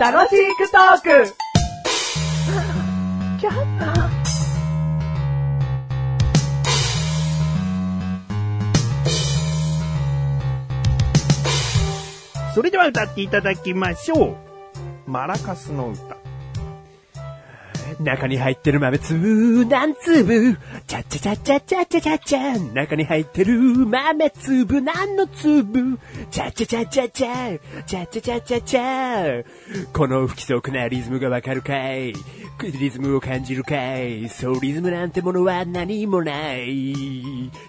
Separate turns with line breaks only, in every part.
楽しくトーク
それでは歌っていただきましょう。マラカスの歌。中に入ってる豆粒、何粒、チャチャチャチャチャチャチャチャ、中に入ってる豆粒、何の粒、チャチャチャチャチャ、チャチャチャチャチャ、この不規則なリズムがわかるかいリズムを感じるかいそうリズムなんてものは何もない。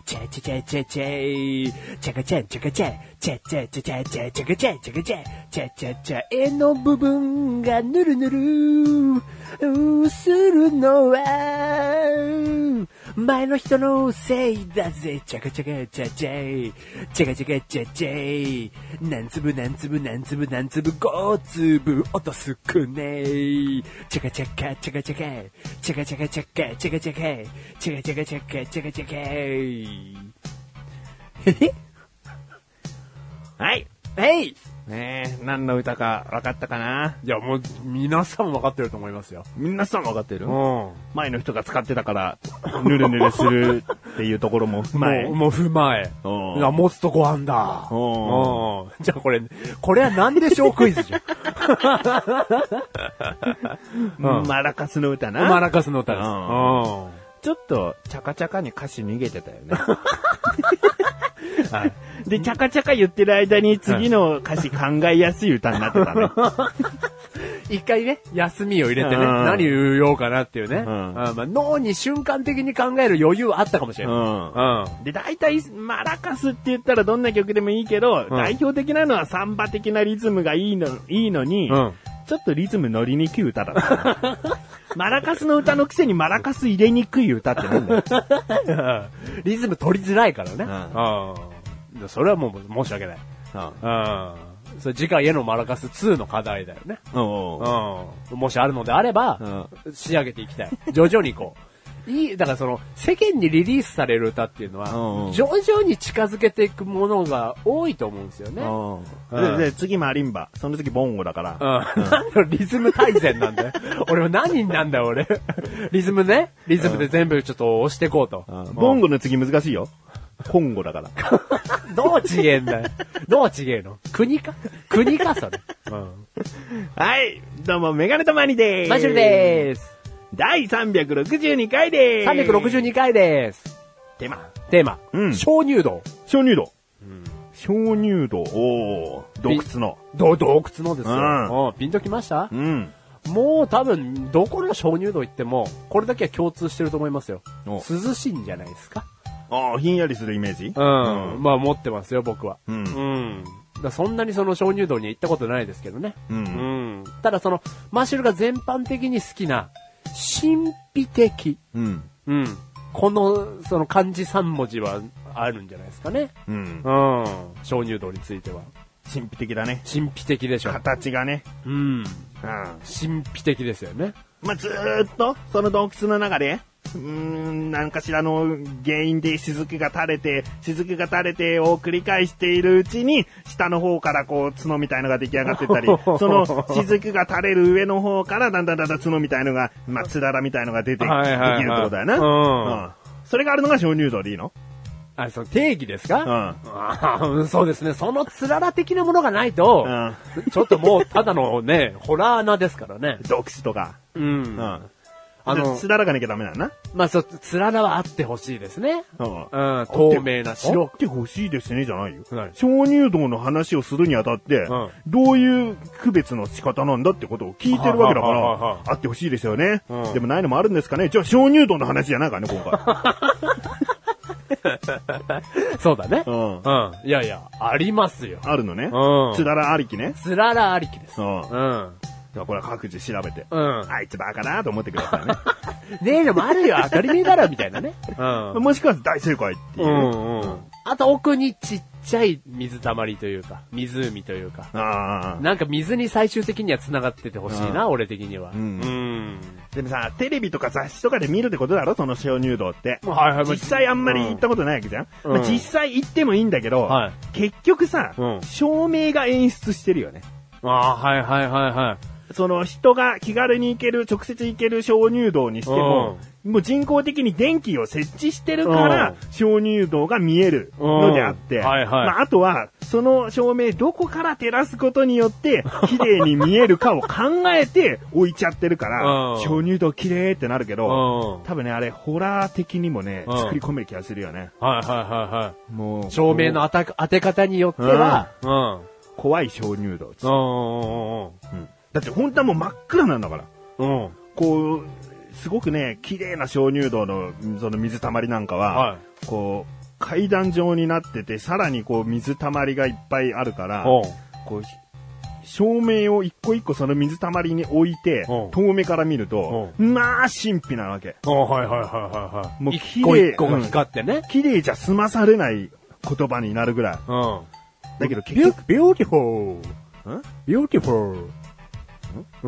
チャチャチャチャチャ、チャカチャチャカチャ、チャチャチャチャチャチャカチャチャカチャ、チャチャチャ、絵の部分がぬるぬる。するのは、前の人のせいだぜ。チャカチャカチャチャイ。チャカチャカチャチャイ。何粒何粒何粒何粒5粒音少ねい。チャカチャカチャカチャカ。チャカチャカチャカチャカチャカ。チャカチャカチャカチャカチャ カ。へへ
はい。
はい
ねえ、何の歌か分かったかない
や、もう、皆さん分かってると思いますよ。
皆さん分かってる
うん。
前の人が使ってたから、ぬるぬるするっていうとこ ろも踏まえ
もう、。もう踏まえ。
うん
いや持つとこあんだ。
うん
うんじゃあこれ、これは何でしょうクイズ じゃん。うん
マラカスの歌な。
マラカスの歌です。
う
う
ちょっと、チャカチャカに歌詞逃げてたよ ね。
はい
で、チャカチャカ言ってる間に次の歌詞考えやすい歌になってた ね。
ん一回ね、休みを入れてね、
うん
何言おうかなっていうね。
ん
あまあ、脳に瞬間的に考える余裕はあったかもしれない。
う
うん
ん。で、大体、マラカスって言ったらどんな曲でもいいけど、代表的なのはサンバ的なリズムがいいの、いいのに、
うん
ちょっとリズム乗りにくい歌だった ね。マラカスの歌のくせにマラカス入れにくい歌ってな んだよ。
リズム取りづらいからね。
う
うんそれはもう申し訳ない。うん。それ次回へのマラカス2の課題だよね。
うん
うん。もしあるのであれば、仕上げていきたい。 徐々にこう。いい、だからその、世間にリリースされる歌っていうの
うんう
は、
ん
徐々に近づけていくものが多いと思うんですよね。うん。
うん。で、で次マリンバ。その次ボンゴだから。
なんだろ、リズム大全なん だよ。俺は何になんだよ、俺。リズムね。リズムで全部ちょっと押していこうと。
ボンゴの次難しいよ。コンゴだから。
どう違えんだよ。どう違えの国か国か、それ。うん。
はい。どうも、メガネとマニでーす。
マジュルでーす。
第362回でーす。
362回です。
手間。
テーマ。
うん
鍾乳洞。
鍾乳洞。鍾乳洞。おー。洞窟の。
ど、洞窟のですよ。
うん
うん。ピンときました
うん。
もう多分、どこの鍾乳洞行っても、これだけは共通してると思いますよ。
お
涼しいんじゃないですか
あー、ひんやりするイメージ
うん。まあ持ってますよ、僕は。
う
う
ん
ん。だからそんなにその鍾乳洞には行ったことないですけどね。
うん
うんただその、マッシュルが全般的に好きな、神秘的。
うん。
うん。この、その漢字3文字はあるんじゃないですかね。
うん。
うん。鍾乳洞については。
神秘的だね。
神秘的でしょ。
形がね。
うん。
うん。
神秘的ですよね。
まあ、ずーっと、その洞窟の中で、うーん、何かしらの原因で雫が垂れて、雫が垂れてを繰り返しているうちに、下の方からこう、角みたいのが出来上がっ てったり、その雫が垂れる上の方から、だんだんだんだん角みたいのが、まあ、つららみたいのが出て、
はいはいはい
できるってことだよな。
うん
それがあるのが鍾乳洞でいいの
あ、その定義ですか
うん。
あーうんそうですね。そのつらら的なものがないと、
う
ちょっともうただのね、ホラー穴ですからね。
洞窟とか。
うん。
うん。
あ
あ
の
の、、つららがなきゃダメだな。
まあ、そう、つららはあってほしいですね。
うん
うん、透明な
白
白
っ。て欲しいですねじゃないよ
はい。
鍾乳洞の話をするにあたって、
ん
どういう区別の仕方なんだってことを聞いてるわけだか
はいはいはいは
ら、あってほしいですよね、
うん
でもないのもあるんですかね。じゃあ鍾乳洞の話じゃないからね、今回。
そうだね。
うん
うん。いやいや、ありますよ。
あるのね
うん。
つだらありきね。
つららありきです。
う
う
ん。
ん。
じゃあこれは各自調べて。
うん。
あいつバカだと思ってくださいね。
ねえでもあるよ、 当たり前だろ、みたいなね。うん。
もしくは大正解っていううね。
んうん。あと奥にちっちゃい水たまりというか、湖というか。
ああ。
なんか水に最終的には繋がっててほしいな、俺的には。うんん。
でもさ、テレビとか雑誌とかで見るってことだろその鍾乳洞って。
はいはい
実際あんまり行ったことないわけじゃん、
うん
まあ、実際行ってもいいんだけど、
はい
結局さ、
うん
照明が演出してるよね。
ああー、はいはいはいはい。
その人が気軽に行ける、直接行ける鍾乳洞にしても、もう人工的に電気を設置してるから、
うん
鍾乳洞が見えるのであって、
うんはいはい
まあ、あとは、その照明どこから照らすことによって、 綺麗に見えるかを考えて置いちゃってるから
う、ん
鍾乳洞綺麗ってなるけ
うん。
ど、
はい
多分ね、あれ、ホラー的にもね、
うん
作り込める気がするよね。
はいはいは
もう、
い。照明の
もう
当た当て方によっては、うん。
怖い鍾乳洞、
うん。
うんだって本当はもう真っ暗なんだから。
うん。うん。
こう、すごくね、綺麗な鍾乳洞のその水たまりなんかは、
は
こう、階段状になってて、さらにこう水たまりがいっぱいあるか
い。う
ら、
ん。
こう、ひ照明を一個一個その水たまりに置いて
うん、
遠目から見ると、まあ神秘なわけ。
うん、はいはいはいはいはい。
もう
一個一個が光ってね。
綺麗じゃ済まされない言葉になるぐらい。
うん。
だけど結
ビュ
局、
ー、ビューティフォー。
ん
ビューティフォー。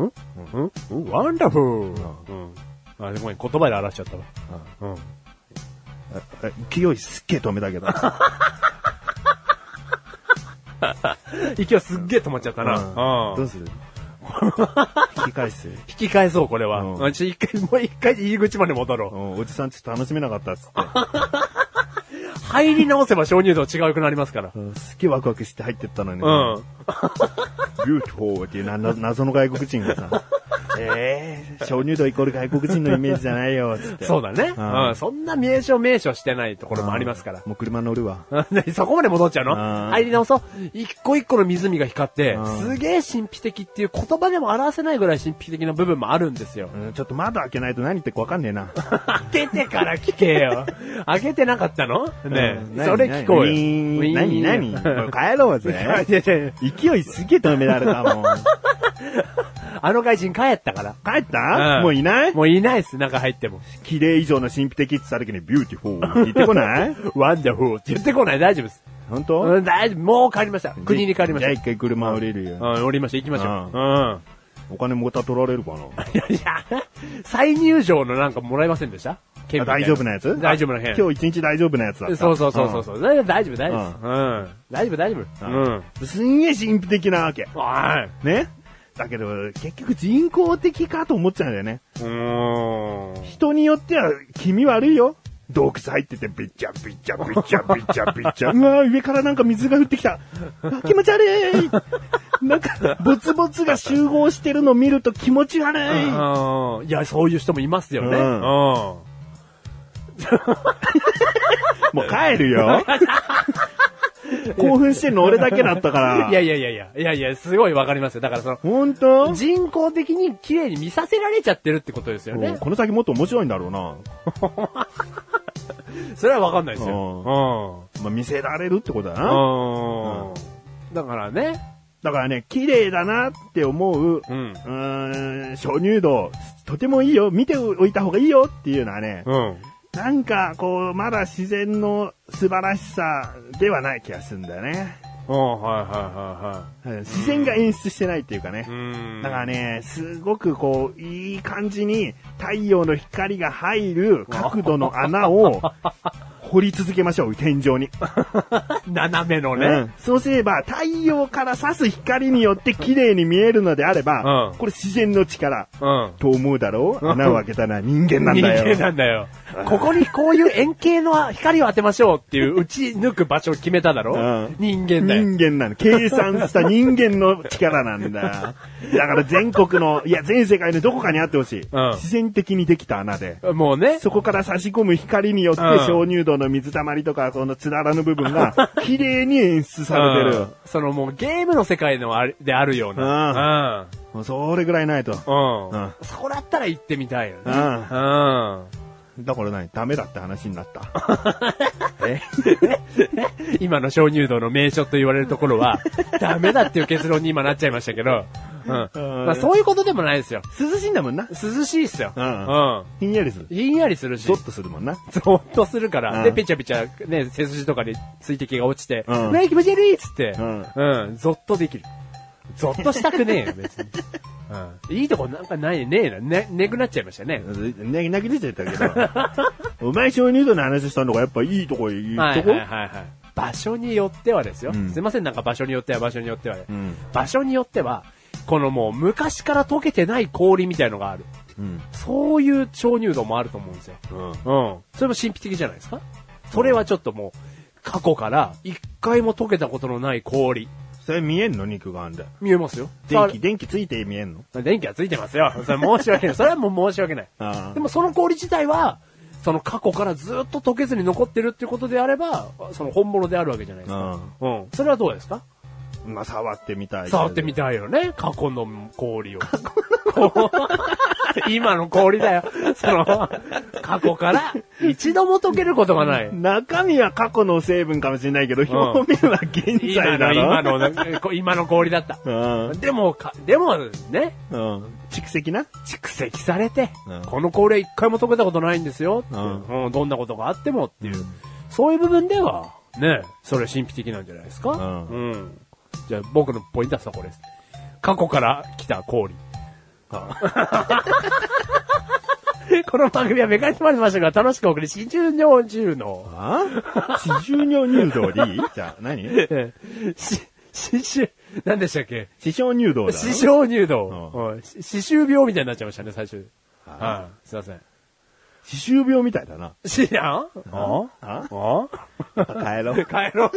んんんワンダフル。うん。あ、ごめん、言葉で表しちゃったわ。うん。
あ勢いすっげえ止めたけど。
息はすっげえ止まっちゃった
うん
な。う
ど
ん
う。する引き返す。
引き返そう、これは。
うん
うん。ちょ一回、もう一回入り口まで戻
う
ろ
んおじさんちょっと楽しめなかったっつって。
う。入り直せば鍾乳洞違うくなりますから。
うんすっげえワクワクして入ってったのに、
うん。
ビューティフォーっていうなな謎の外国人 がさ、えー、鍾乳洞イコール外国人のイメージじゃないよ、つって。
そうだね。
うん
うん。そんな名称名称してないとこ
う
ろ
ん
もあります から。
もう車乗るわ。
何そこまで戻っちゃうの
うん
入り直そう。一個一個の湖が光って
う、ん
すげえ神秘的っていう言葉でも表せないぐらい神秘的な部分もあるんです よ
う。ん、ちょっと窓開けないと何言ってるかわかんねえな。
開けてから聞け よ。開けてなかったのね
うん
え、それ聞こうよ。
何何何何帰ろうぜ。
いやいやいや
勢いすげえ止められたもん。
あの外人帰ったから。
帰った、
うん
もういない
もういないっす、中入っても。
綺麗以上の神秘的って言った時にビューティフォーって言ってこない
ワンダフルって言ってこない、大丈夫です。
本当、
うん、大丈夫、もう帰りました。国に帰りま
じゃあ
し
一回車降りるよ。
た。うん、降りました、行きましょう。うん。
お金もた取られるか ない
やいや、再入場のなんかもらえませんでした券
あ
みたい
大丈夫なやつ
大丈夫な券。
今日一日大丈夫なやつだった。
そうそうそうそう。そう大丈夫、大丈夫、大
う
丈
ん
夫。うん。大丈夫、大丈夫。
う
うんん。
うんすんげえ神秘的なわけ。
はい。
ねだけど、結局人工的かと思っちゃうんだよね。
うーん。
人によっては気味悪いよ。洞窟入ってて、びっちゃびっちゃびっちゃびっちゃびっ ちゃ。うわー上からなんか水が降ってきた。あ気持ち悪い。なんか、ボツボツが集合してるの見ると気持ち悪い。
うんいや、そういう人もいますよね。
う
うんん。
もう帰 るよ。興奮してるの俺だけだったから。
いやいやいやいや、いやいや、すごいわかりますよ。だからその、
ほんと
人工的に綺麗に見させられちゃってるってことですよ
もう
ね。
この先もっと面白いんだろうな。
それはわかんないです
う
よ。
まあ、見せられるってことだ
うん。
な。
うん。だからね。
だからね、綺麗だなって思
う
う、
ん
う。ーん、鍾乳洞、とてもいいよ、見ておいた方がいいよっていうのはね、
うん。
なんかこう、まだ自然の素晴らしさではない気がするんだよね。
うん、はいはいは
うん自然が演出してないっていうかね
いはい。。うん。
だからね、すごくこう、いい感じに太陽の光が入る角度の 穴を掘り続けましょう、天井に。
斜めのね。
うんそうすれば、太陽から差す光によって綺麗に見えるのであれば、
うん
これ自然の力。
うん。
と思うだろう穴を開けたら人間なん
人間
だ
な
よ。
んだよ。ここにこういう円形の光を当てましょうって いう打ち抜く場所を決めただろ、
うん
人間だよ。
人間なの。計算した人間の力なんだよ。 だから全国の、いや全世界のどこかにあってほしい。
うん
自然的にできた穴で。
もうね。
そこから差し込む光によって
うん
鍾乳洞の水たまりとか、このつららの部 分が綺麗に演出されて
う
る
ん。そのもうゲームの世界のあれであるような。
もうそれぐらいないと。
うん。うん。
うん
そこだったら行ってみたいよね。
うん
うん。
だから何ダメだって話になった。え
今の鍾乳洞の名所と言われるところ は、ダメだっていう結論に今なっちゃいましたけど、うん。まあそういうことでもないですよ。
涼しいんだもんな。
涼しいっすよ。
うん
うん。
ひんやりする。
ひんやりするし
ゾ、ッとするもんな。
ゾっとするから、
うん
で、ぺちゃぺちゃ、ね、背筋とかに水滴が落ちて、う
うん
わ、気持ち悪いっつって、
うん
うん、ゾっとできる。ゾっとしたくねえよ、別に。うん、いいとこなんかない、ねえな。ね、ねくなっちゃいましたね。
ね、泣き出ちゃったけ ど。お前鍾乳洞の話したのがやっぱいいとこ、いいとこ、
はいはいはいはい。場所によってはですよ。
うん
すいません、なんか場所によっては場所によってはね、
うん
場所によっては、このもう昔から溶けてない氷みたいのがある。
うん。
そういう鍾乳洞もあると思うんですよ。
うん。
うん。それも神秘的じゃないですかそれはちょっともう、過去から一回も溶けたことのない氷。
それ見えんの肉眼で。
見えますよ。
電気、電気ついて見えんの
気電気はついてますよ。それ申し訳ない。それはもう申し訳ない。
あ
でもその氷自体は、その過去からずっと溶けずに残ってるっていうことであれば、その本物であるわけじゃないですか。うん。それはどうですか
あ。まあ、触ってみたい。
触ってみたいよね。過去の氷を。こう今の氷だよ。その、過去から一度も溶けることがない。
中身は過去の成分かもしれないけど、
ん
表面は現
今
在だ
の、
ろ。
今の、こ今の氷だった。
の。
でも、か、でもね、
うん。うん。蓄積な。
蓄積されて、
うん
この氷は一回も溶けたことないんですよ、って
うん
うんどんなことがあってもっていう、そういう部分では、ね、それ神秘的なんじゃないですか。
う
うんじゃあ僕のポイントはそこです。過去から来た氷。 この番組はめかにまれてましたが、楽しくお送り、新中尿中の、
あ四十尿入道でいいじゃあ 何、
し、しし、なんでしたっけ
四小入道だろ。
死小乳洞。
う
うんし歯周病みたいになっちゃいましたね、最初。
はい
はい。すいません。
歯周病みたいだな。
死やんあ
あ
あ
やっぱ帰ろう。
帰ろう。